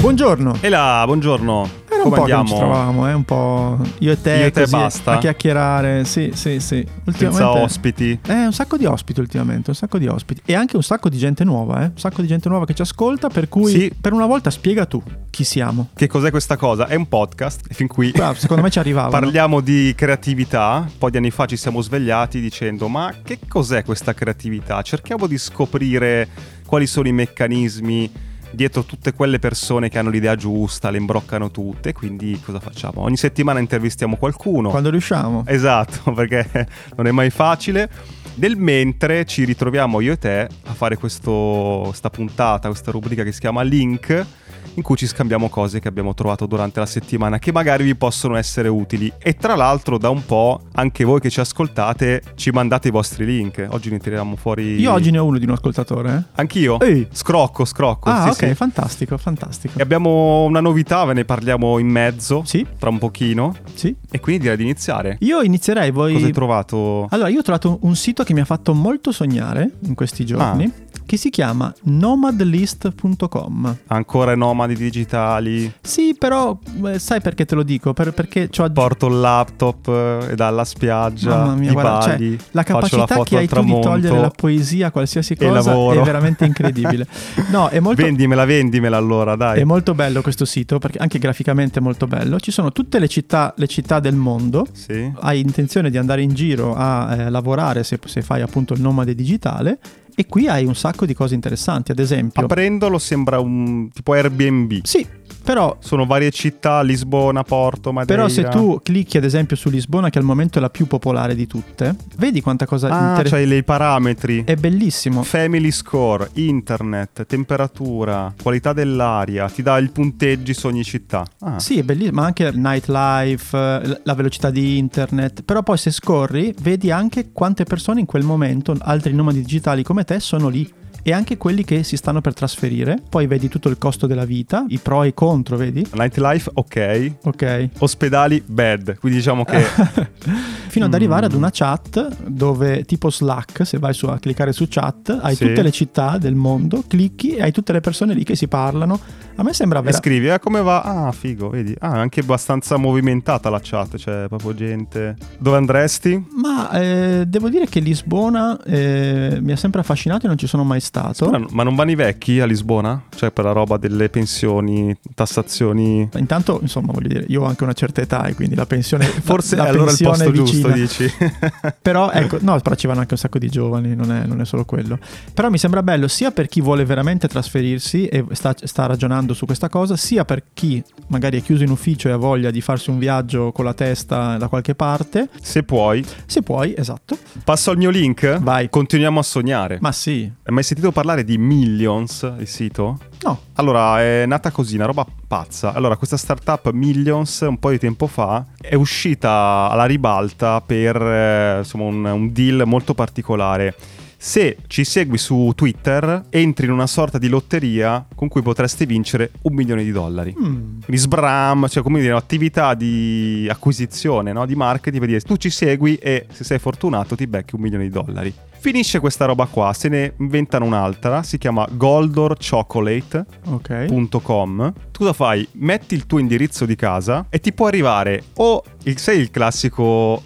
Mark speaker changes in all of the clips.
Speaker 1: Buongiorno.
Speaker 2: E là, buongiorno.
Speaker 1: Era un
Speaker 2: Come
Speaker 1: po' che non ci
Speaker 2: andiamo?
Speaker 1: trovavamo, eh? un po' io e te,
Speaker 2: Io e te
Speaker 1: così,
Speaker 2: basta.
Speaker 1: a chiacchierare. Sì, sì, sì.
Speaker 2: Senza
Speaker 1: Ultimamente
Speaker 2: ospiti.
Speaker 1: eh, un sacco di ospiti ultimamente, un sacco di ospiti e anche un sacco di gente nuova, eh? un sacco di gente nuova che ci ascolta, per cui
Speaker 2: Sì.
Speaker 1: per una volta spiega tu chi siamo.
Speaker 2: Che cos'è questa cosa? È un podcast. E fin qui
Speaker 1: Bravo, secondo me ci arrivavano.
Speaker 2: parliamo di creatività. Un po' di anni fa ci siamo svegliati dicendo: Ma che cos'è questa creatività? Cerchiamo di scoprire quali sono i meccanismi dietro tutte quelle persone che hanno l'idea giusta, le imbroccano tutte. Quindi cosa facciamo? Ogni settimana intervistiamo qualcuno.
Speaker 1: Quando riusciamo.
Speaker 2: Esatto, perché non è mai facile. Nel mentre ci ritroviamo io e te a fare questa puntata, questa rubrica che si chiama Link, in cui ci scambiamo cose che abbiamo trovato durante la settimana che magari vi possono essere utili. E tra l'altro da un po' anche voi che ci ascoltate ci mandate i vostri link. Oggi ne tiriamo fuori...
Speaker 1: Io oggi ne ho uno di un ascoltatore.
Speaker 2: Anch'io?
Speaker 1: eh. Ehi.
Speaker 2: Scrocco, scrocco.
Speaker 1: Ah,
Speaker 2: sì,
Speaker 1: ok,
Speaker 2: sì.
Speaker 1: fantastico, fantastico.
Speaker 2: E abbiamo una novità, ve ne parliamo in mezzo,
Speaker 1: Sì,
Speaker 2: tra un pochino.
Speaker 1: sì.
Speaker 2: E quindi direi di iniziare.
Speaker 1: Io inizierei, voi
Speaker 2: Cosa hai trovato?
Speaker 1: Allora, io ho trovato un sito che mi ha fatto molto sognare in
Speaker 2: Ah.
Speaker 1: questi giorni, che si chiama nomadlist.com.
Speaker 2: Ancora nomadi digitali,
Speaker 1: Sì, però eh, sai perché te lo dico? Per- perché ho
Speaker 2: porto il laptop eh, e dalla spiaggia,
Speaker 1: Mamma mia,
Speaker 2: i
Speaker 1: guarda, cioè,
Speaker 2: pagli,
Speaker 1: la
Speaker 2: faccio la
Speaker 1: capacità
Speaker 2: foto
Speaker 1: che
Speaker 2: al
Speaker 1: hai tu di
Speaker 2: tramonto,
Speaker 1: togliere la poesia a qualsiasi
Speaker 2: e
Speaker 1: cosa
Speaker 2: lavoro.
Speaker 1: è veramente incredibile. No, è molto,
Speaker 2: Vendimela, vendimela allora, dai.
Speaker 1: è molto bello questo sito, perché anche graficamente è molto bello. Ci sono tutte le città, le città del mondo.
Speaker 2: Sì.
Speaker 1: Hai intenzione di andare in giro a eh, lavorare se, se fai appunto il nomade digitale. E qui hai un sacco di cose interessanti, ad esempio.
Speaker 2: Aprendolo sembra un tipo Airbnb.
Speaker 1: Sì, però
Speaker 2: Sono varie città, Lisbona, Porto, Madeira.
Speaker 1: Però se tu clicchi ad esempio su Lisbona, che al momento è la più popolare di tutte, vedi quanta cosa
Speaker 2: Ah,
Speaker 1: eh, inter- Eh,
Speaker 2: c'hai i parametri.
Speaker 1: È bellissimo.
Speaker 2: Family score, internet, temperatura, qualità dell'aria, ti dà i punteggi su ogni città. Ah,
Speaker 1: Sì, è bellissimo, ma anche nightlife, eh, l- la velocità di internet. Però poi se scorri, vedi anche quante persone in quel momento, altri nomadi digitali come te, sono lì. E anche quelli che si stanno per trasferire. Poi vedi tutto il costo della vita, i pro e i contro, vedi?
Speaker 2: Nightlife, ok.
Speaker 1: Ok.
Speaker 2: Ospedali, bad. Quindi diciamo che
Speaker 1: Fino ad
Speaker 2: Mm.
Speaker 1: arrivare ad una chat dove tipo Slack, se vai su- a cliccare su chat, hai
Speaker 2: Sì.
Speaker 1: tutte le città del mondo, clicchi e hai tutte le persone lì che si parlano. A me sembra
Speaker 2: E
Speaker 1: vera-
Speaker 2: scrivi, eh, come va? Ah, figo, vedi. Ah, è anche abbastanza movimentata la chat, cioè proprio gente. Dove andresti?
Speaker 1: Ma eh, devo dire che Lisbona eh, mi ha sempre affascinato e non ci sono mai stato.
Speaker 2: Ma ma non vanno i vecchi a Lisbona? Cioè per la roba delle pensioni, tassazioni.
Speaker 1: Intanto, insomma, voglio dire, io ho anche una certa età e quindi la pensione
Speaker 2: Forse
Speaker 1: la
Speaker 2: è allora il
Speaker 1: pensione è
Speaker 2: posto
Speaker 1: vicina.
Speaker 2: giusto, dici.
Speaker 1: Però
Speaker 2: Eh.
Speaker 1: ecco, no, però ci vanno anche un sacco di giovani, non è, non è solo quello. Però mi sembra bello sia per chi vuole veramente trasferirsi e sta, sta ragionando su questa cosa, sia per chi magari è chiuso in ufficio e ha voglia di farsi un viaggio con la testa da qualche parte.
Speaker 2: Se puoi.
Speaker 1: Se puoi, esatto.
Speaker 2: Passo al mio link.
Speaker 1: Vai.
Speaker 2: Continuiamo a sognare.
Speaker 1: Ma sì,
Speaker 2: Hai mai sentito parlare di Millions, il sito?
Speaker 1: no,
Speaker 2: Allora, è nata così, una roba pazza. Allora, questa startup Millions, un po' di tempo fa, è uscita alla ribalta per eh, insomma, un, un deal molto particolare. Se ci segui su Twitter, entri in una sorta di lotteria con cui potresti vincere un milione di dollari.
Speaker 1: Mm,
Speaker 2: Quindi sbram, cioè come dire, attività di acquisizione, no? di marketing, per dire tu ci segui e se sei fortunato ti becchi un milione di dollari. Finisce questa roba qua, se ne inventano un'altra, si chiama Goldor Chocolate,
Speaker 1: ok.
Speaker 2: www.facebook.com. Tu cosa fai? Metti il tuo indirizzo di casa e ti può arrivare o il, sei il classico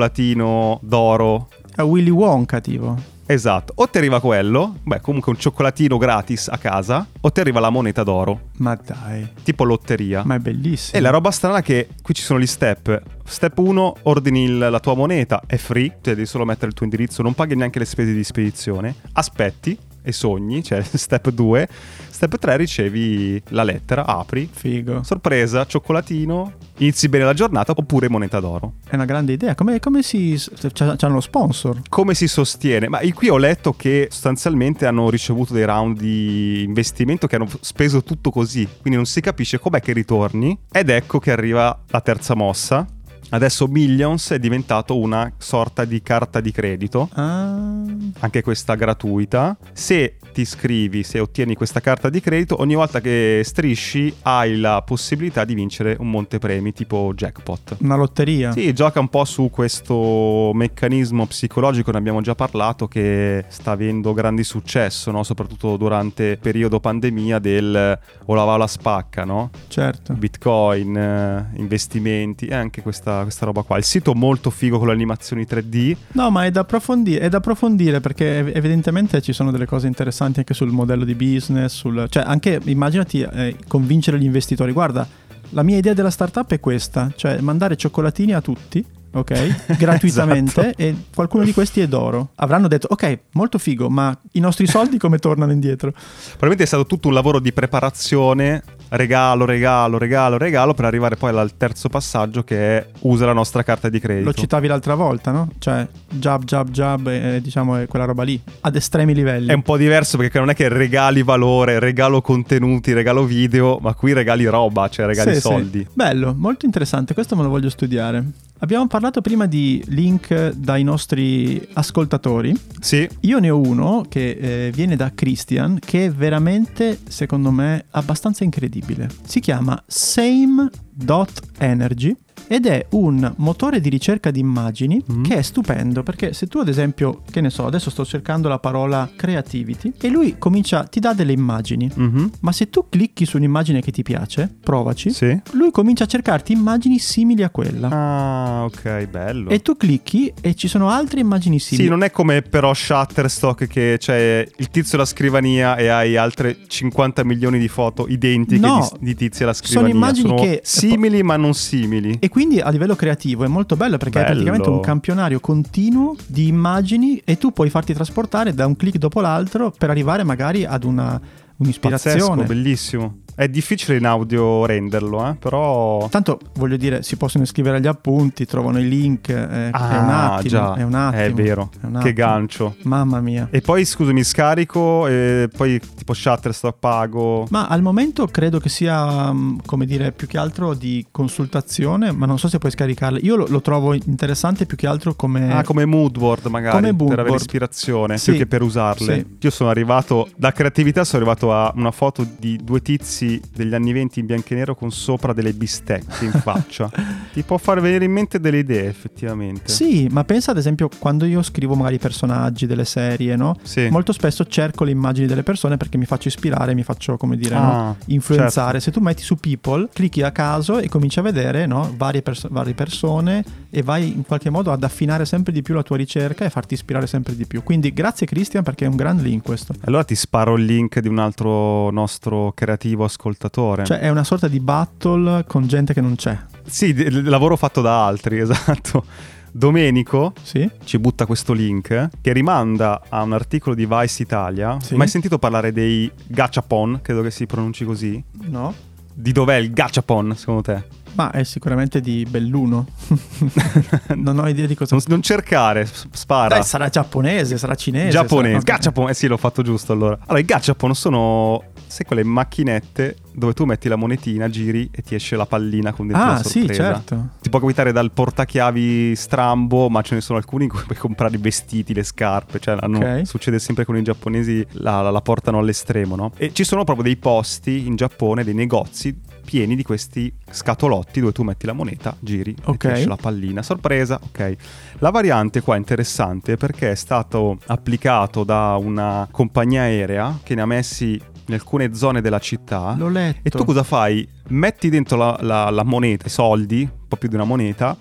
Speaker 2: cioccolatino d'oro.
Speaker 1: È Willy Wonka tipo.
Speaker 2: Esatto, o ti arriva quello, beh comunque un cioccolatino gratis a casa, o ti arriva la moneta d'oro,
Speaker 1: Ma dai,
Speaker 2: tipo lotteria.
Speaker 1: ma è bellissimo.
Speaker 2: Ah. E la roba strana è che qui ci sono gli step. Step 1, ordini il- la tua moneta, è free, cioè devi solo mettere il tuo indirizzo, non paghi neanche le spese di spedizione. Aspetti e sogni, cioè step 2. Step 3, ricevi la lettera, apri,
Speaker 1: Figo.
Speaker 2: Sorpresa, cioccolatino, inizi bene la giornata oppure moneta d'oro.
Speaker 1: È una grande idea. Come, come si... c'ha- C'hanno lo sponsor.
Speaker 2: Come si sostiene? Ma qui ho letto che sostanzialmente hanno ricevuto dei round di investimento che hanno speso tutto così, quindi non si capisce com'è che ritorni. Ed ecco che arriva la terza mossa. Adesso Millions è diventato una sorta di carta di credito,
Speaker 1: Ah...
Speaker 2: anche questa gratuita. Se ti iscrivi, se ottieni questa carta di credito, ogni volta che strisci hai la possibilità di vincere un montepremi tipo jackpot.
Speaker 1: Una lotteria.
Speaker 2: Sì, gioca un po' su questo meccanismo psicologico, ne abbiamo già parlato, che sta avendo grandi successo, no? soprattutto durante il periodo pandemia del o la va o la spacca, no?
Speaker 1: Certo.
Speaker 2: Bitcoin, eh, investimenti e anche questa, questa roba qua. Il sito molto figo con le animazioni 3D.
Speaker 1: No, ma è da, approfondi- è da approfondire perché ev- evidentemente ci sono delle cose interessanti anche sul modello di business, sul- cioè anche immaginati eh, convincere gli investitori, guarda, la mia idea della startup è questa, cioè mandare cioccolatini a tutti. Ok, gratuitamente
Speaker 2: Esatto.
Speaker 1: e qualcuno di questi è d'oro. Avranno detto: Ok, molto figo, ma i nostri soldi come tornano indietro?
Speaker 2: Probabilmente è stato tutto un lavoro di preparazione, regalo, regalo, regalo, regalo, per arrivare poi al terzo passaggio che è usa la nostra carta di credito.
Speaker 1: Lo citavi l'altra volta, no? Cioè, jab, jab, jab, eh, diciamo, è quella roba lì, ad estremi livelli.
Speaker 2: È un po' diverso perché non è che regali valore, regalo contenuti, regalo video, ma qui regali roba, cioè regali
Speaker 1: Sì, sì.
Speaker 2: soldi.
Speaker 1: Bello, molto interessante, questo me lo voglio studiare. Abbiamo parlato prima di link dai nostri ascoltatori.
Speaker 2: Sì.
Speaker 1: Io ne ho uno che eh, viene da Christian, che è veramente, secondo me, abbastanza incredibile. Si chiama Same.energy ed è un motore di ricerca di immagini
Speaker 2: Mm.
Speaker 1: che è stupendo perché se tu ad esempio, che ne so, adesso sto cercando la parola creativity e lui comincia, ti dà delle immagini,
Speaker 2: Mhm.
Speaker 1: ma se tu clicchi su un'immagine che ti piace, provaci,
Speaker 2: Sì.
Speaker 1: lui comincia a cercarti immagini simili a quella.
Speaker 2: Ah, ok, bello.
Speaker 1: E tu clicchi e ci sono altre immagini
Speaker 2: sì,
Speaker 1: simili.
Speaker 2: non è come però Shutterstock che c'è il tizio alla scrivania e hai altre 50 milioni di foto identiche
Speaker 1: No,
Speaker 2: di, di tizio alla
Speaker 1: sono
Speaker 2: scrivania.
Speaker 1: immagini che-
Speaker 2: simili ma non simili.
Speaker 1: E quindi a livello creativo è molto bello perché è
Speaker 2: Bello.
Speaker 1: praticamente un campionario continuo di immagini e tu puoi farti trasportare da un click dopo l'altro per arrivare magari ad una,
Speaker 2: Pazzesco,
Speaker 1: un'ispirazione.
Speaker 2: bellissimo. È difficile in audio renderlo, eh, però...
Speaker 1: Tanto voglio dire, si possono iscrivere agli appunti, trovano i link. eh, è un attimo,
Speaker 2: Ah, già. Eh,
Speaker 1: è un attimo.
Speaker 2: È vero.
Speaker 1: è un attimo.
Speaker 2: Che gancio.
Speaker 1: Mamma mia.
Speaker 2: E poi scusami, scarico e poi tipo Shutterstock pago.
Speaker 1: Ma al momento credo che sia, mm, come dire, più che altro di consultazione, ma non so se puoi scaricarle. Io lo, lo trovo interessante più che altro come...
Speaker 2: Ah, come moodboard magari,
Speaker 1: eh, Come mood
Speaker 2: per avere
Speaker 1: board.
Speaker 2: ispirazione,
Speaker 1: Sì.
Speaker 2: più che per usarle.
Speaker 1: Sì.
Speaker 2: Io sono arrivato, da creatività sono arrivato a una foto di due tizi degli anni 20 in bianco e nero con sopra delle bistecche in faccia. Ti può far venire in mente delle idee effettivamente.
Speaker 1: Sì, ma pensa ad esempio quando io scrivo magari personaggi delle serie, no?
Speaker 2: Sì.
Speaker 1: Molto spesso cerco le immagini delle persone perché mi faccio ispirare, mi faccio, come dire, no?
Speaker 2: Ah,
Speaker 1: influenzare. Se tu metti su People, clicchi a caso e cominci a vedere no? varie, perso- varie persone e vai in qualche modo ad affinare sempre di più la tua ricerca e farti ispirare sempre di più. Quindi grazie Christian perché è un gran link questo.
Speaker 2: Allora ti sparo il link di un altro nostro creativo ascoltatore.
Speaker 1: Cioè è una sorta di battle con gente che non c'è,
Speaker 2: Sì, d- il lavoro fatto da altri, esatto. Domenico
Speaker 1: sì?
Speaker 2: ci butta questo link eh, che rimanda a un articolo di Vice Italia.
Speaker 1: Sì.
Speaker 2: Ma hai sentito parlare dei gachapon? Credo che si pronunci così.
Speaker 1: No?
Speaker 2: Di dov'è il gachapon, secondo te?
Speaker 1: Ma è sicuramente di Belluno. non ho idea di cosa...
Speaker 2: Non, non cercare, s- spara.
Speaker 1: Dai, sarà giapponese, sarà cinese.
Speaker 2: Giapponese,
Speaker 1: sarà-
Speaker 2: gachapon, eh sì l'ho fatto giusto allora. Allora i gachapon sono, sai quelle macchinette dove tu metti la monetina, giri e ti esce la pallina con dentro la
Speaker 1: Ah,
Speaker 2: sorpresa.
Speaker 1: sì, certo.
Speaker 2: Ti può capitare dal portachiavi strambo, ma ce ne sono alcuni in cui puoi comprare i vestiti, le scarpe. Cioè, hanno-
Speaker 1: Ok.
Speaker 2: succede sempre con i giapponesi, la, la- la portano all'estremo, no? E ci sono proprio dei posti in Giappone, dei negozi pieni di questi scatolotti dove tu metti la moneta, giri
Speaker 1: Ok.
Speaker 2: e ti esce la pallina. Sorpresa, ok. La variante qua è interessante perché è stato applicato da una compagnia aerea che ne ha messi in alcune zone della città.
Speaker 1: L'ho letto.
Speaker 2: Ah. E tu cosa fai? Metti dentro la, la- la moneta, i soldi, un po' più di una moneta,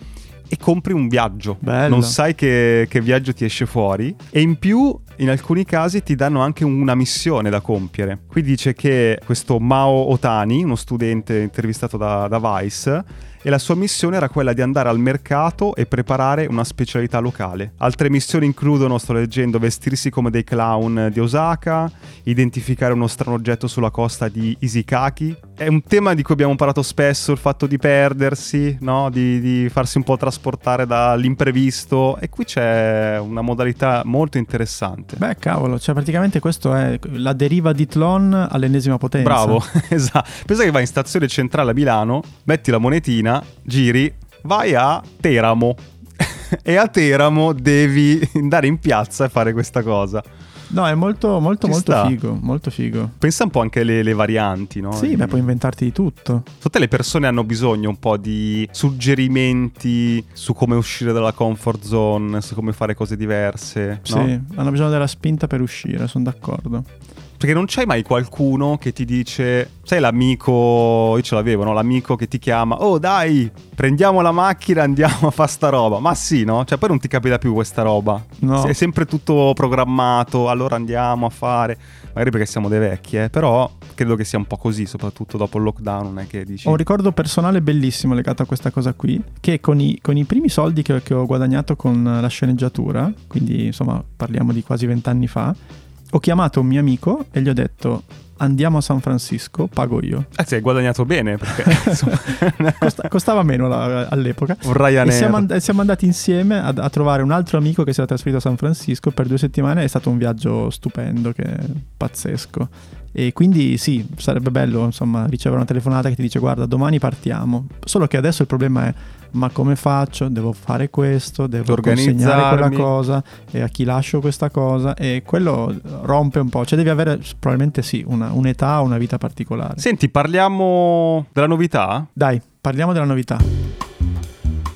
Speaker 2: e compri un viaggio.
Speaker 1: Bello.
Speaker 2: Non sai che, che viaggio ti esce fuori. E in più, in alcuni casi, ti danno anche una missione da compiere. Qui dice che questo Mao Otani, uno studente intervistato da, da Vice, e la sua missione era quella di andare al mercato e preparare una specialità locale. Altre missioni includono, sto leggendo, vestirsi come dei clown di Osaka, identificare uno strano oggetto sulla costa di Isikaki. È un tema di cui abbiamo parlato spesso, il fatto di perdersi, no? di, di farsi un po' trasportare dall'imprevisto e qui c'è una modalità molto interessante.
Speaker 1: Beh, cavolo, cioè praticamente questo è la deriva di Tlon all'ennesima potenza.
Speaker 2: Bravo, esatto. Pensa che vai in stazione centrale a Milano, metti la monetina, giri, vai a Teramo. e a Teramo devi andare in piazza e fare questa cosa.
Speaker 1: No, è molto, molto,
Speaker 2: Ci
Speaker 1: molto
Speaker 2: sta.
Speaker 1: figo. Molto figo.
Speaker 2: Pensa un po' anche alle alle varianti, no?
Speaker 1: Sì,
Speaker 2: I-
Speaker 1: ma puoi inventarti di tutto.
Speaker 2: Tutte le persone hanno bisogno un po' di suggerimenti su come uscire dalla comfort zone, su come fare cose diverse.
Speaker 1: Sì,
Speaker 2: no?
Speaker 1: hanno bisogno della spinta per uscire, sono d'accordo.
Speaker 2: Perché non c'è mai qualcuno che ti dice, sai l'amico, io ce l'avevo, no? l'amico che ti chiama, oh dai, prendiamo la macchina, andiamo a fare sta roba. Ma sì, no? Cioè poi non ti capita più questa roba.
Speaker 1: No.
Speaker 2: È sempre tutto programmato, allora andiamo a fare. Magari perché siamo dei vecchi, eh? però credo che sia un po' così, soprattutto dopo il lockdown, non è che dici...
Speaker 1: Ho un ricordo personale bellissimo legato a questa cosa qui, che con i, con i primi soldi che, che ho guadagnato con la sceneggiatura, quindi insomma parliamo di quasi vent'anni fa, ho chiamato un mio amico e gli ho detto andiamo a San Francisco, pago io.
Speaker 2: Eh sì, hai guadagnato bene, perché insomma...
Speaker 1: Costa- costava meno la- all'epoca.
Speaker 2: un Ryanair.
Speaker 1: E siamo, and- siamo andati insieme a, a trovare un altro amico che si era trasferito a San Francisco per due settimane. È stato un viaggio stupendo, che è pazzesco. E quindi sì, sarebbe bello insomma ricevere una telefonata che ti dice guarda domani partiamo. Solo che adesso il problema è ma come faccio? Devo fare questo, devo
Speaker 2: Organizzarmi.
Speaker 1: consegnare quella cosa e a chi lascio questa cosa e quello rompe un po'. Cioè devi avere probabilmente sì una- un'età o una vita particolare.
Speaker 2: Senti, parliamo della novità?
Speaker 1: Dai, parliamo della novità.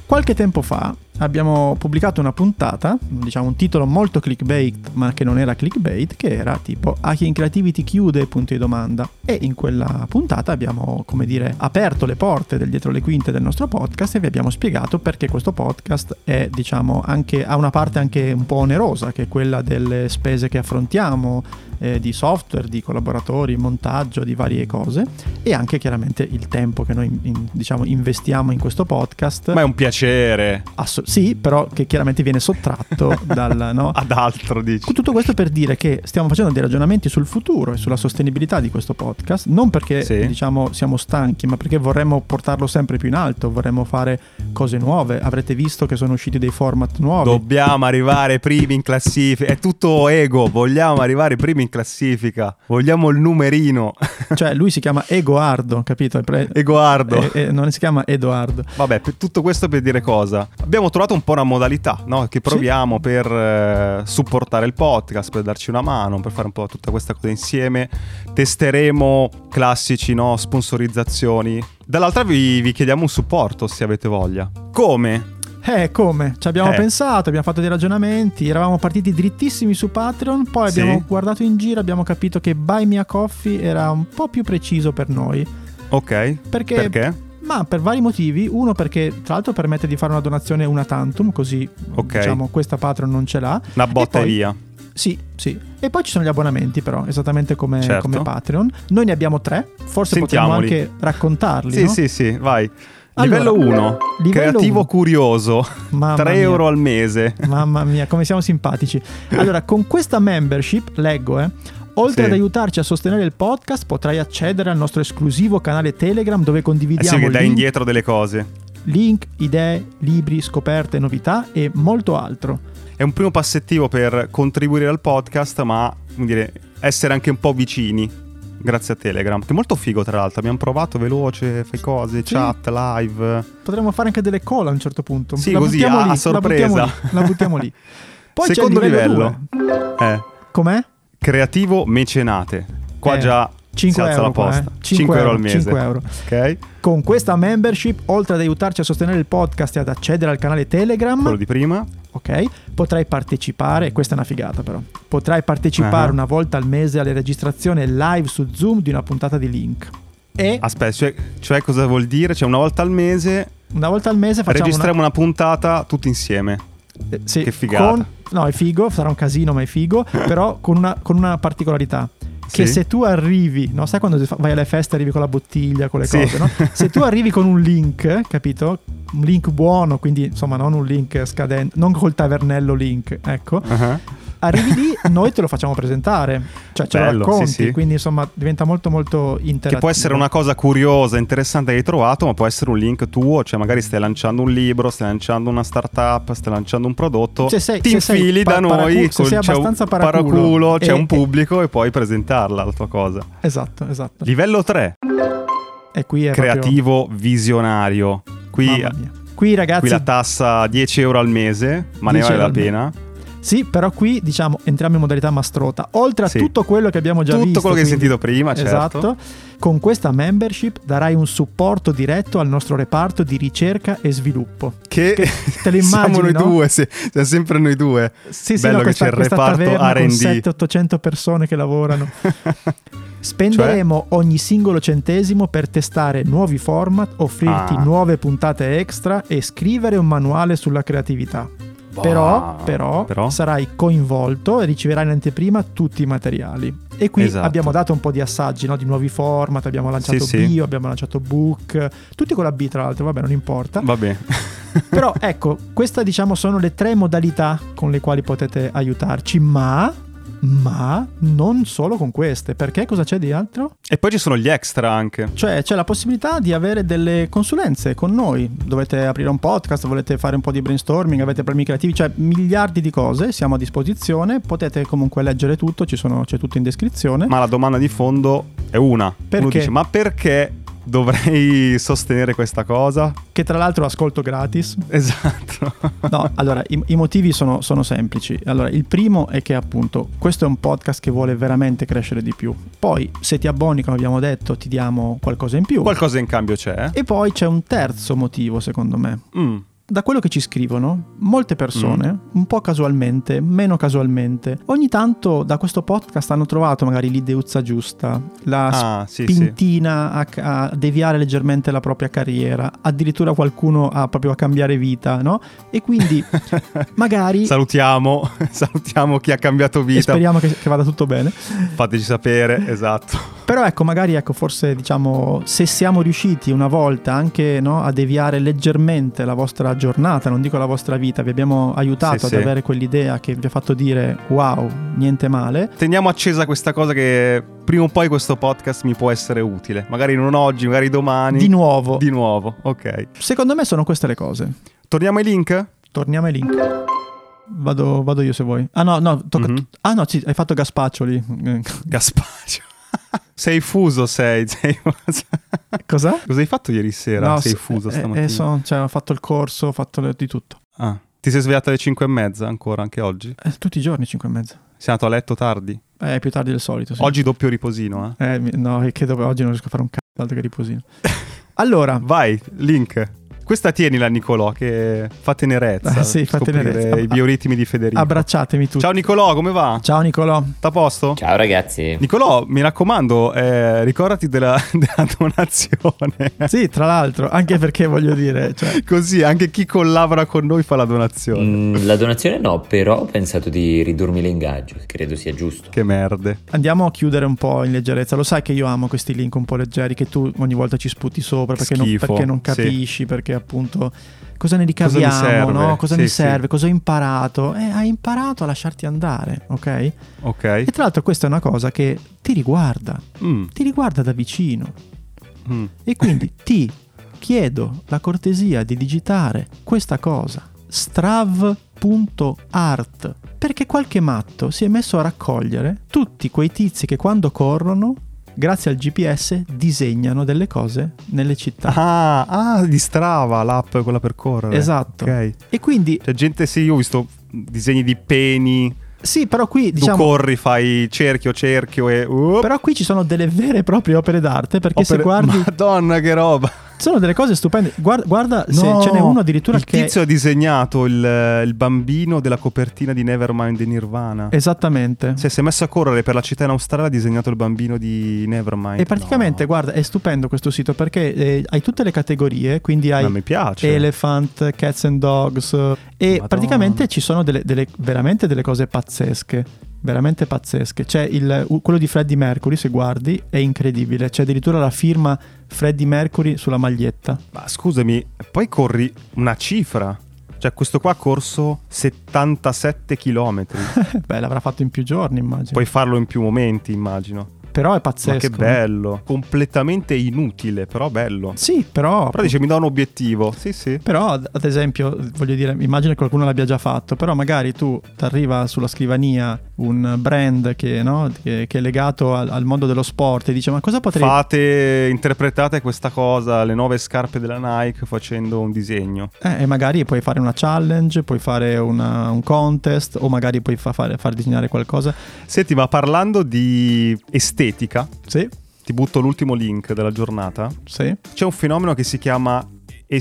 Speaker 1: Qualche tempo fa abbiamo pubblicato una puntata, diciamo un titolo molto clickbait, ma che non era clickbait, che era tipo A chi in creativity chiude? punto di domanda. E in quella puntata abbiamo, come dire, aperto le porte del dietro le quinte del nostro podcast e vi abbiamo spiegato perché questo podcast è, diciamo, anche ha una parte anche un po' onerosa, che è quella delle spese che affrontiamo, eh, di software, di collaboratori, montaggio, di varie cose e anche chiaramente il tempo che noi in- diciamo investiamo in questo podcast.
Speaker 2: Ma è un piacere.
Speaker 1: Asso- sì, però che chiaramente viene sottratto dal... no?
Speaker 2: Ad altro, dici.
Speaker 1: Tutto questo per dire che stiamo facendo dei ragionamenti sul futuro e sulla sostenibilità di questo podcast, non perché
Speaker 2: Sì.
Speaker 1: diciamo siamo stanchi, ma perché vorremmo portarlo sempre più in alto, vorremmo fare cose nuove. Avrete visto che sono usciti dei format nuovi.
Speaker 2: Dobbiamo arrivare primi in classifica. È tutto ego. Vogliamo arrivare primi in classifica. Vogliamo il numerino.
Speaker 1: cioè, lui si chiama Egoardo, capito? È pre-
Speaker 2: Egoardo.
Speaker 1: eh, eh, non si chiama Edoardo.
Speaker 2: Vabbè, per- tutto questo per dire cosa? Abbiamo trovato un po' una modalità no? che proviamo per eh, supportare il podcast, per darci una mano, per fare un po' tutta questa cosa insieme. Testeremo classici, no? sponsorizzazioni. Dall'altra vi, vi chiediamo un supporto se avete voglia. Come?
Speaker 1: Eh, come? Ci abbiamo
Speaker 2: Eh.
Speaker 1: pensato, abbiamo fatto dei ragionamenti, eravamo partiti drittissimi su Patreon, poi
Speaker 2: Sì.
Speaker 1: abbiamo guardato in giro, abbiamo capito che Buy Me a Coffee era un po' più preciso per noi.
Speaker 2: Ok.
Speaker 1: Perché?
Speaker 2: Perché?
Speaker 1: Ma per vari motivi, uno perché tra l'altro permette di fare una donazione una tantum, così
Speaker 2: Ok.
Speaker 1: diciamo questa Patreon non ce l'ha.
Speaker 2: Una botta
Speaker 1: E
Speaker 2: e
Speaker 1: poi-
Speaker 2: via.
Speaker 1: Sì, sì. E poi ci sono gli abbonamenti però, esattamente come,
Speaker 2: Certo.
Speaker 1: come Patreon. Noi ne abbiamo tre, forse potremmo
Speaker 2: Sentiamoli.
Speaker 1: anche raccontarli.
Speaker 2: Sì,
Speaker 1: no?
Speaker 2: sì, sì, vai.
Speaker 1: Allora,
Speaker 2: livello 1.
Speaker 1: livello
Speaker 2: Creativo
Speaker 1: uno.
Speaker 2: curioso.
Speaker 1: Mamma
Speaker 2: 3
Speaker 1: mia.
Speaker 2: euro al mese.
Speaker 1: Mamma mia, come siamo simpatici. Allora, con questa membership, leggo, eh. Oltre
Speaker 2: Sì.
Speaker 1: ad aiutarci a sostenere il podcast, potrai accedere al nostro esclusivo canale Telegram dove
Speaker 2: Eh sì,
Speaker 1: condividiamo
Speaker 2: che dai
Speaker 1: link,
Speaker 2: indietro delle cose.
Speaker 1: link, idee, libri, scoperte, novità e molto altro.
Speaker 2: È un primo passettivo per contribuire al podcast, ma come dire, essere anche un po' vicini. Grazie a Telegram, che è molto figo tra l'altro. Abbiamo provato veloce, fai cose, chat, live.
Speaker 1: Potremmo fare anche delle cola a un certo punto.
Speaker 2: Sì,
Speaker 1: La
Speaker 2: così,
Speaker 1: buttiamo
Speaker 2: a-
Speaker 1: lì,
Speaker 2: a
Speaker 1: La
Speaker 2: sorpresa.
Speaker 1: buttiamo lì. La buttiamo lì. Poi
Speaker 2: Secondo
Speaker 1: c'è il livello,
Speaker 2: livello. Eh,
Speaker 1: due. Com'è?
Speaker 2: creativo mecenate. Qua
Speaker 1: Eh,
Speaker 2: già
Speaker 1: 5
Speaker 2: si
Speaker 1: euro,
Speaker 2: alza la
Speaker 1: qua, eh.
Speaker 2: posta.
Speaker 1: 5
Speaker 2: 5 euro al
Speaker 1: euro,
Speaker 2: mese.
Speaker 1: 5 euro.
Speaker 2: Ok?
Speaker 1: Con questa membership, oltre ad aiutarci a sostenere il podcast e ad accedere al canale Telegram,
Speaker 2: Quello di prima.
Speaker 1: ok? Potrai partecipare, e questa è una figata però, potrai partecipare
Speaker 2: Ah.
Speaker 1: una volta al mese alle registrazioni live su Zoom di una puntata di Link. E
Speaker 2: Aspetta, cioè, cioè cosa vuol dire? Cioè una volta al mese
Speaker 1: una volta al mese facciamo
Speaker 2: registriamo una... puntata tutti insieme.
Speaker 1: una... eh, sì,
Speaker 2: che figata.
Speaker 1: con- No, è figo, sarà un casino ma è figo, però con una, con una particolarità. Che
Speaker 2: Sì.
Speaker 1: se tu arrivi, no? sai quando si fa- vai alle feste arrivi con la bottiglia, con le
Speaker 2: Sì.
Speaker 1: cose, no? Se tu arrivi con un link, capito? Un link buono, quindi insomma non un link scadente, non col tavernello link, ecco.
Speaker 2: Ah,
Speaker 1: arrivi lì, noi te lo facciamo presentare, cioè ce lo
Speaker 2: Bello,
Speaker 1: racconti,
Speaker 2: sì, sì.
Speaker 1: quindi insomma diventa molto molto interattivo.
Speaker 2: Che può essere una cosa curiosa, interessante che hai trovato, ma può essere un link tuo, cioè magari stai lanciando un libro, stai lanciando una startup, stai lanciando un prodotto,
Speaker 1: Cioè, Se sei-
Speaker 2: ti
Speaker 1: se sei
Speaker 2: infili
Speaker 1: pa-
Speaker 2: da noi,
Speaker 1: paracu- se sei
Speaker 2: c'è un
Speaker 1: abbastanza paraculo
Speaker 2: c'è
Speaker 1: e-
Speaker 2: un pubblico e puoi presentarla la tua cosa.
Speaker 1: Esatto, esatto.
Speaker 2: Livello 3,
Speaker 1: E qui è proprio-
Speaker 2: creativo visionario. Qui,
Speaker 1: mamma mia. Qui ragazzi,
Speaker 2: qui la tassa 10 euro al mese,
Speaker 1: 10
Speaker 2: ma ne vale
Speaker 1: euro
Speaker 2: la
Speaker 1: al mese.
Speaker 2: pena.
Speaker 1: Sì, però qui diciamo entriamo in modalità mastrota. Oltre a
Speaker 2: Sì.
Speaker 1: tutto quello che abbiamo già
Speaker 2: Tutto
Speaker 1: visto.
Speaker 2: quello che hai
Speaker 1: quindi-
Speaker 2: sentito prima, certo.
Speaker 1: Esatto. Con questa membership darai un supporto diretto al nostro reparto di ricerca e sviluppo.
Speaker 2: Che,
Speaker 1: te le
Speaker 2: siamo
Speaker 1: immagini,
Speaker 2: noi
Speaker 1: no?
Speaker 2: due, se- siamo sempre noi due.
Speaker 1: Sì, sì,
Speaker 2: Bello
Speaker 1: no,
Speaker 2: che
Speaker 1: questa,
Speaker 2: c'è il
Speaker 1: questa
Speaker 2: reparto
Speaker 1: taverna con
Speaker 2: R&D.
Speaker 1: 700-800 persone che lavorano. Spenderemo
Speaker 2: Cioè?
Speaker 1: ogni singolo centesimo per testare nuovi format, offrirti
Speaker 2: Ah.
Speaker 1: nuove puntate extra e scrivere un manuale sulla creatività. Però,
Speaker 2: Bah,
Speaker 1: però, sarai coinvolto e riceverai in anteprima tutti i materiali. E qui
Speaker 2: Esatto.
Speaker 1: abbiamo dato un po' di assaggi no? di nuovi format, abbiamo lanciato
Speaker 2: Sì, sì.
Speaker 1: Bio, abbiamo lanciato Book, tutti con la B tra l'altro, vabbè non importa.
Speaker 2: Va bene.
Speaker 1: Però ecco, queste diciamo sono le tre modalità con le quali potete aiutarci, ma, ma non solo con queste, perché cosa c'è di altro?
Speaker 2: E poi ci sono gli extra anche.
Speaker 1: Cioè c'è la possibilità di avere delle consulenze con noi, dovete aprire un podcast, volete fare un po' di brainstorming, avete problemi creativi, cioè miliardi di cose, siamo a disposizione, potete comunque leggere tutto, ci sono- c'è tutto in descrizione.
Speaker 2: Ma la domanda di fondo è una. Uno
Speaker 1: Perché?
Speaker 2: dice, ma perché dovrei sostenere questa cosa?
Speaker 1: Che tra l'altro ascolto gratis,
Speaker 2: Esatto.
Speaker 1: No, allora i, i motivi sono, sono semplici. Allora, il primo è che appunto questo è un podcast che vuole veramente crescere di più. Poi, se ti abboni, come abbiamo detto, ti diamo qualcosa in più.
Speaker 2: Qualcosa in cambio c'è. eh?
Speaker 1: e poi c'è un terzo motivo, secondo me.
Speaker 2: Mm.
Speaker 1: Da quello che ci scrivono, molte persone, un po' casualmente, meno casualmente, ogni tanto da questo podcast hanno trovato magari l'ideuzza giusta, la
Speaker 2: Ah, sì, sì.
Speaker 1: spintina a, a deviare leggermente la propria carriera, addirittura qualcuno a proprio a cambiare vita, no? E quindi magari
Speaker 2: Salutiamo, salutiamo chi ha cambiato
Speaker 1: e
Speaker 2: vita.
Speaker 1: speriamo che, che vada tutto bene.
Speaker 2: Fateci sapere, esatto.
Speaker 1: Però ecco, magari ecco, forse diciamo, se siamo riusciti una volta anche no, a deviare leggermente la vostra giornata, non dico la vostra vita, vi abbiamo aiutato
Speaker 2: Sì,
Speaker 1: ad
Speaker 2: sì.
Speaker 1: avere quell'idea che vi ha fatto dire wow, niente male.
Speaker 2: Teniamo accesa questa cosa che prima o poi questo podcast mi può essere utile. Magari non oggi, magari domani.
Speaker 1: Di nuovo,
Speaker 2: Di nuovo, ok.
Speaker 1: secondo me sono queste le cose.
Speaker 2: Torniamo ai link?
Speaker 1: Torniamo ai link. Vado, vado io se vuoi. Ah no, no, tocca-
Speaker 2: Mhm.
Speaker 1: ah, no sì, hai fatto Gaspaccio lì. Eh,
Speaker 2: Gaspaccio. sei fuso, sei. sei-
Speaker 1: Cos'è?
Speaker 2: Cosa hai fatto ieri sera?
Speaker 1: No,
Speaker 2: sei
Speaker 1: s-
Speaker 2: fuso
Speaker 1: eh,
Speaker 2: stamattina.
Speaker 1: eh, son- cioè, ho fatto il corso, ho fatto le- di tutto.
Speaker 2: Ah, ti sei svegliato alle 5 e mezza ancora, anche oggi?
Speaker 1: Eh, tutti i giorni 5 e mezza.
Speaker 2: Sei andato a letto tardi?
Speaker 1: Eh, più tardi del solito. Sì.
Speaker 2: Oggi doppio riposino, eh?
Speaker 1: Eh, mi- no, è che dove- oggi non riesco a fare un cazzo altro che riposino. Allora,
Speaker 2: Vai, link. Questa tienila, Nicolò, che fa tenerezza.
Speaker 1: Ah, sì, fa
Speaker 2: Scoprire
Speaker 1: tenerezza.
Speaker 2: I bioritmi di Federico.
Speaker 1: abbracciatemi tutti.
Speaker 2: Ciao Nicolò, come va?
Speaker 1: Ciao Nicolò.
Speaker 2: Sta a posto?
Speaker 3: Ciao ragazzi.
Speaker 2: Nicolò, mi raccomando, eh, ricordati della, della donazione.
Speaker 1: Sì, tra l'altro, anche perché voglio dire, cioè,
Speaker 2: Così anche chi collabora con noi fa la donazione.
Speaker 3: Mm, la donazione no, però ho pensato di ridurmi l'ingaggio, che credo sia giusto.
Speaker 2: Che merde.
Speaker 1: andiamo a chiudere un po' in leggerezza. Lo sai che io amo questi link un po' leggeri che tu ogni volta ci sputi sopra perché, non,
Speaker 2: Schifo,
Speaker 1: perché non
Speaker 2: sì.
Speaker 1: capisci, perché appunto cosa ne
Speaker 2: mi
Speaker 1: ricaviamo,
Speaker 2: serve?
Speaker 1: no? Cosa
Speaker 2: Sì,
Speaker 1: mi
Speaker 2: sì.
Speaker 1: serve, cosa ho imparato. Eh, hai imparato a lasciarti andare, ok? E
Speaker 2: Ok.
Speaker 1: tra l'altro questa è una cosa che ti riguarda,
Speaker 2: Mm,
Speaker 1: ti riguarda da vicino.
Speaker 2: mm.
Speaker 1: E quindi ti chiedo la cortesia di digitare questa cosa strav.art perché qualche matto si è messo a raccogliere tutti quei tizi che quando corrono, grazie al GPS, disegnano delle cose nelle città.
Speaker 2: Ah, ah, di Strava, l'app quella per correre.
Speaker 1: Esatto.
Speaker 2: Ok.
Speaker 1: E quindi
Speaker 2: C'è gente, sì, io ho visto disegni di peni.
Speaker 1: sì, però qui
Speaker 2: Tu
Speaker 1: diciamo
Speaker 2: corri, fai cerchio, cerchio e... uh, up.
Speaker 1: però qui ci sono delle vere e proprie opere d'arte perché se
Speaker 2: Opere-
Speaker 1: guardi
Speaker 2: Madonna, che roba.
Speaker 1: sono delle cose stupende. Guarda, guarda
Speaker 2: No,
Speaker 1: se ce n'è uno addirittura
Speaker 2: il
Speaker 1: che
Speaker 2: tizio ha disegnato il, il bambino della copertina di Nevermind di
Speaker 1: Eh.
Speaker 2: Nirvana.
Speaker 1: Esattamente.
Speaker 2: Cioè, si è messo a correre per la città in Australia, ha disegnato il bambino di Nevermind.
Speaker 1: E praticamente,
Speaker 2: No.
Speaker 1: guarda, è stupendo questo sito perché eh, hai tutte le categorie, quindi hai
Speaker 2: Ma mi piace.
Speaker 1: Elephant, Cats and Dogs eh, e
Speaker 2: Madonna.
Speaker 1: praticamente ci sono delle, delle- veramente delle cose pazzesche, veramente pazzesche. C'è il, u- quello di Freddie Mercury, se guardi, è incredibile, c'è addirittura la firma Freddie Mercury sulla maglietta.
Speaker 2: Ma scusami, poi corri una cifra. Cioè, questo qua ha corso 77 km.
Speaker 1: Beh, l'avrà fatto in più giorni, immagino.
Speaker 2: Puoi farlo in più momenti, immagino.
Speaker 1: Però è pazzesco.
Speaker 2: Ma che bello. Completamente inutile, però bello.
Speaker 1: Sì, però...
Speaker 2: Però dice mi dà un obiettivo. Sì, sì.
Speaker 1: Però, ad ad esempio, voglio dire, immagino che qualcuno l'abbia già fatto, però magari tu ti arriva sulla scrivania un brand che, no, che- che è legato al, al mondo dello sport e dice ma cosa potrei...
Speaker 2: Fate, interpretate questa cosa, le nuove scarpe della Nike facendo un disegno.
Speaker 1: Eh, e magari puoi fare una challenge, puoi fare una- un contest o magari puoi fa- fare- far disegnare qualcosa.
Speaker 2: Senti, ma parlando di estetica,
Speaker 1: Sì,
Speaker 2: ti butto l'ultimo link della giornata.
Speaker 1: sì,
Speaker 2: C'è un fenomeno che si chiama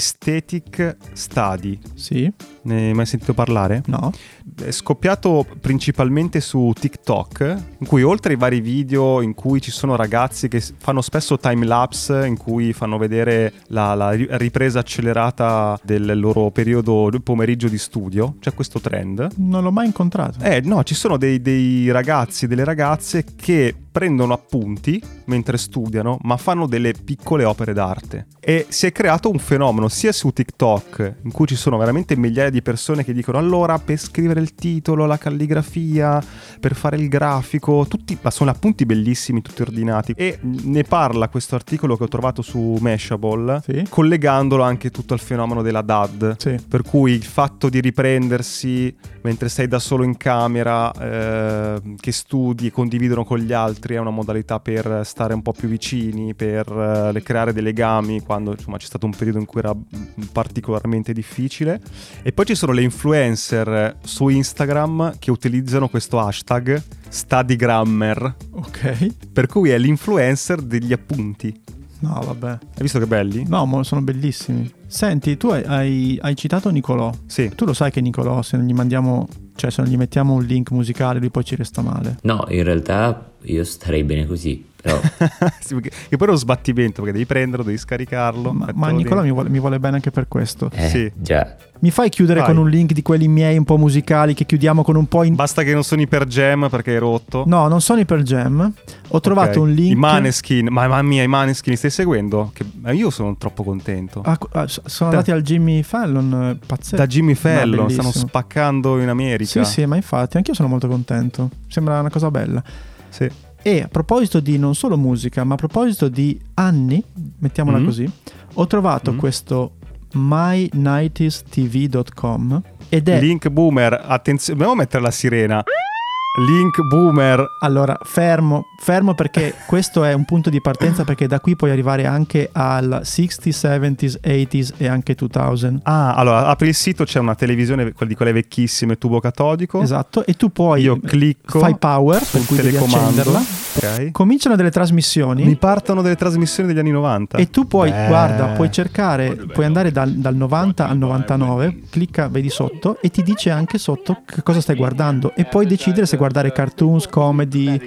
Speaker 2: aesthetic study.
Speaker 1: sì,
Speaker 2: Ne hai mai sentito parlare?
Speaker 1: no.
Speaker 2: È scoppiato principalmente su TikTok, in cui oltre ai vari video in cui ci sono ragazzi che s- fanno spesso time lapse, in cui fanno vedere la, la ri- ripresa accelerata del loro periodo pomeriggio di studio, c'è questo trend.
Speaker 1: Non l'ho mai incontrato.
Speaker 2: Eh no, ci sono dei, dei ragazzi, delle ragazze che prendono appunti mentre studiano, ma fanno delle piccole opere d'arte. E si è creato un fenomeno sia su TikTok, in cui ci sono veramente migliaia di persone che dicono allora per scrivere il titolo, la calligrafia, per fare il grafico, tutti, ma sono appunti bellissimi, tutti ordinati. E ne parla questo articolo che ho trovato su Mashable,
Speaker 1: Sì.
Speaker 2: collegandolo anche tutto al fenomeno della DAD.
Speaker 1: Sì.
Speaker 2: Per cui il fatto di riprendersi mentre sei da solo in camera, eh, che studi e condividono con gli altri, è una modalità per stare un po' più vicini, per eh, creare dei legami, quando insomma c'è stato un periodo in cui era mm, particolarmente difficile. E poi ci sono le influencer su Instagram che utilizzano questo hashtag StudyGrammer,
Speaker 1: Ok.
Speaker 2: per cui è l'influencer degli appunti.
Speaker 1: No, vabbè.
Speaker 2: Hai visto che belli?
Speaker 1: No, mo- sono bellissimi. Senti, tu hai- hai- hai citato Nicolò.
Speaker 2: Sì.
Speaker 1: Tu lo sai che Nicolò, se non gli mandiamo, cioè se non gli mettiamo un link musicale, lui poi ci resta male.
Speaker 3: No, in realtà io starei bene così, però
Speaker 2: Sì, perché- che poi è uno sbattimento perché devi prenderlo, devi scaricarlo.
Speaker 1: Ma,
Speaker 2: metterlo
Speaker 1: ma Nicolò
Speaker 2: dentro.
Speaker 1: mi vuole, mi vuole bene anche per questo.
Speaker 3: eh,
Speaker 2: Sì.
Speaker 3: già.
Speaker 1: Mi fai chiudere
Speaker 2: Vai.
Speaker 1: con un link di quelli miei un po' musicali che chiudiamo con un po' in...
Speaker 2: Basta che non sono per Jam perché è rotto.
Speaker 1: No, non sono i per Jam. Ho trovato
Speaker 2: Ok.
Speaker 1: un link...
Speaker 2: I Maneskin, ma mamma mia, i Maneskin li stai seguendo? Che- ma io sono troppo contento.
Speaker 1: Ah, ah, s- sono andati al Jimmy Fallon, eh, pazzesco.
Speaker 2: da Jimmy Fallon,
Speaker 1: No,
Speaker 2: stanno
Speaker 1: bellissimo.
Speaker 2: spaccando in America.
Speaker 1: Sì, sì, ma infatti, anch'io sono molto contento. Sembra una cosa bella.
Speaker 2: Sì.
Speaker 1: E a proposito di non solo musica, ma a proposito di anni, mettiamola
Speaker 2: Mm.
Speaker 1: così, ho trovato
Speaker 2: Mm.
Speaker 1: questo my90stv.com ed è...
Speaker 2: Link Boomer, attenzione, dobbiamo mettere la sirena. Link Boomer,
Speaker 1: Allora, fermo, fermo perché questo è un punto di partenza perché da qui puoi arrivare anche al 60s, 70s, 80s e anche 2000.
Speaker 2: Ah, allora, apri il sito, c'è una televisione, quella di quelle vecchissime, tubo catodico.
Speaker 1: Esatto, e tu puoi...
Speaker 2: Ecco. Io clicco
Speaker 1: Fai power, per
Speaker 2: sul
Speaker 1: cui devi
Speaker 2: telecomando.
Speaker 1: accenderla.
Speaker 2: Ok.
Speaker 1: Cominciano delle trasmissioni.
Speaker 2: Mi partono delle trasmissioni degli anni 90.
Speaker 1: E tu puoi,
Speaker 2: Beh.
Speaker 1: guarda, puoi cercare, puoi andare dal, dal 90 al 99, clicca, vedi sotto e ti dice anche sotto che cosa stai guardando e puoi decidere se guardare cartoons, comedy,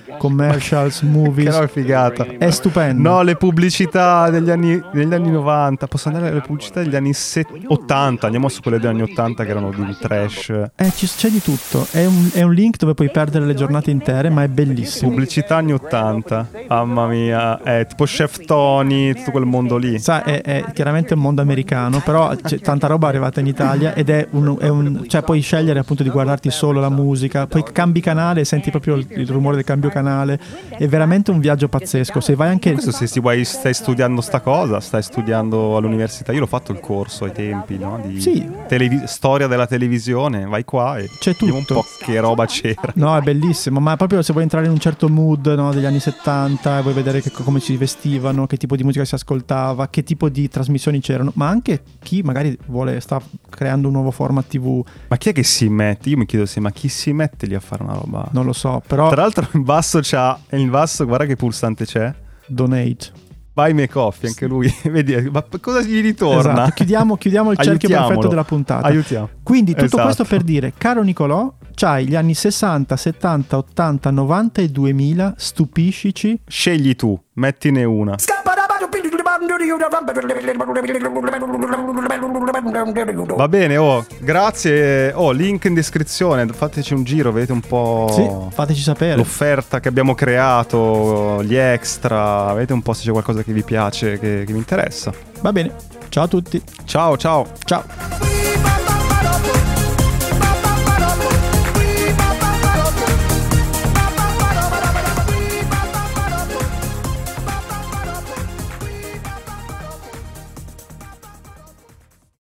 Speaker 1: commercials,
Speaker 2: Che roba
Speaker 1: movies.
Speaker 2: figata.
Speaker 1: È stupendo.
Speaker 2: Eh No, le pubblicità degli anni, degli anni 90. Posso andare alle pubblicità degli anni set- 80. Andiamo su quelle degli anni 80 che erano di un trash.
Speaker 1: Eh, ci- c'è di tutto. È un, è un link dove puoi perdere le giornate intere, ma è bellissimo.
Speaker 2: Pubblicità anni 80. Mamma mia. Eh, tipo Chef Tony, tutto quel mondo lì.
Speaker 1: Sa, è, è chiaramente un mondo americano, però c'è tanta roba arrivata in Italia ed è un, è un- cioè puoi scegliere appunto di guardarti solo la musica, poi cambi canale e senti proprio il, il rumore del cambio canale. È veramente un viaggio pazzesco. Se vai anche
Speaker 2: Questo se si vuoi- stai studiando sta cosa, stai studiando all'università. Io l'ho fatto il corso ai tempi, no? Di
Speaker 1: Sì.
Speaker 2: televi- storia della televisione. Vai qua e
Speaker 1: C'è
Speaker 2: vediamo un
Speaker 1: tutto.
Speaker 2: po' che roba c'era.
Speaker 1: No, è bellissimo, ma proprio se vuoi entrare in un certo mood no, degli anni 70, e vuoi vedere che- come si vestivano, che tipo di musica si ascoltava, che tipo di trasmissioni c'erano, ma anche chi magari vuole, sta creando un nuovo format TV,
Speaker 2: Ma chi è che si mette? Io mi chiedo se, ma chi si mette lì a fare una roba?
Speaker 1: non lo so, però
Speaker 2: Tra l'altro in basso c'ha, in basso guarda che pulsante c'è.
Speaker 1: donate.
Speaker 2: Vai me coffee, anche lui. Vedi, ma p- cosa gli ritorna?
Speaker 1: Esatto, chiudiamo, chiudiamo il cerchio
Speaker 2: Aiutiamolo.
Speaker 1: perfetto della puntata.
Speaker 2: Aiutiamo.
Speaker 1: Quindi tutto
Speaker 2: Esatto.
Speaker 1: questo per dire, caro Nicolò, c'hai gli anni 60, 70, 80, 90 e 2000, stupiscici.
Speaker 2: Scegli tu, mettine una. Va bene, oh, grazie. Oh, link in descrizione, fateci un giro, vedete un po'...
Speaker 1: Sì, fateci sapere.
Speaker 2: L'offerta che abbiamo creato, gli extra, vedete un po' se c'è qualcosa che vi piace, che- che vi interessa.
Speaker 1: Va bene. Ciao a tutti.
Speaker 2: Ciao, ciao.
Speaker 1: Ciao.